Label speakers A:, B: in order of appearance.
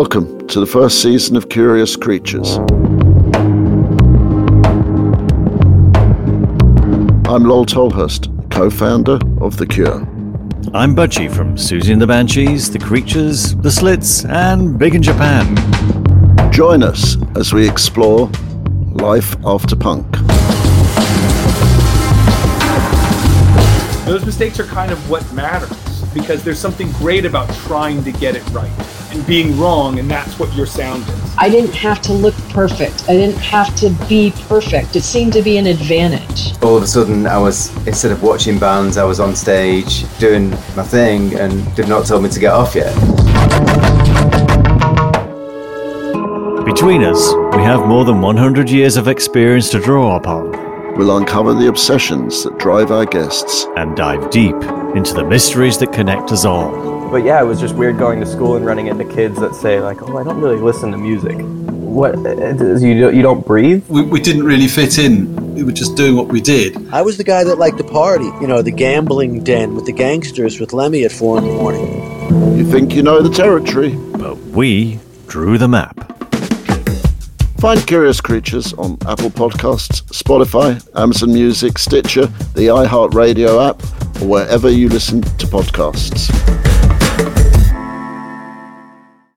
A: Welcome to the first season of Curious Creatures. I'm Lowell Tolhurst, co founder of The Cure.
B: I'm Budgie from Susie and the Banshees, The Creatures, The Slits, and Big in Japan.
A: Join us as we explore life after punk.
C: Those mistakes are kind of what matters because there's something great about trying to get it right and being wrong, and that's what your sound is.
D: I didn't have to look perfect. I didn't have to be perfect. It seemed to be an advantage.
E: all of a sudden I was instead of watching bands I was on stage doing my thing and did not tell me to get off yet
B: Between us, we have more than 100 years of experience to draw upon
A: We'll uncover the obsessions that drive our guests
B: and dive deep into the mysteries that connect us all.
F: But yeah, it was just weird going to school and running into kids that say like, "Oh, I don't really listen to music." What it is- you don't- you don't breathe?
G: we, we didn't really fit in. We were just doing what we did.
H: I was the guy that liked to party, you know, the gambling den with the gangsters with Lemmy at four in the morning.
A: you think you know the territory.
B: But we drew the map.
A: Find Curious Creatures on Apple Podcasts, Spotify, Amazon Music, Stitcher, the iHeartRadio app, or wherever you listen to podcasts.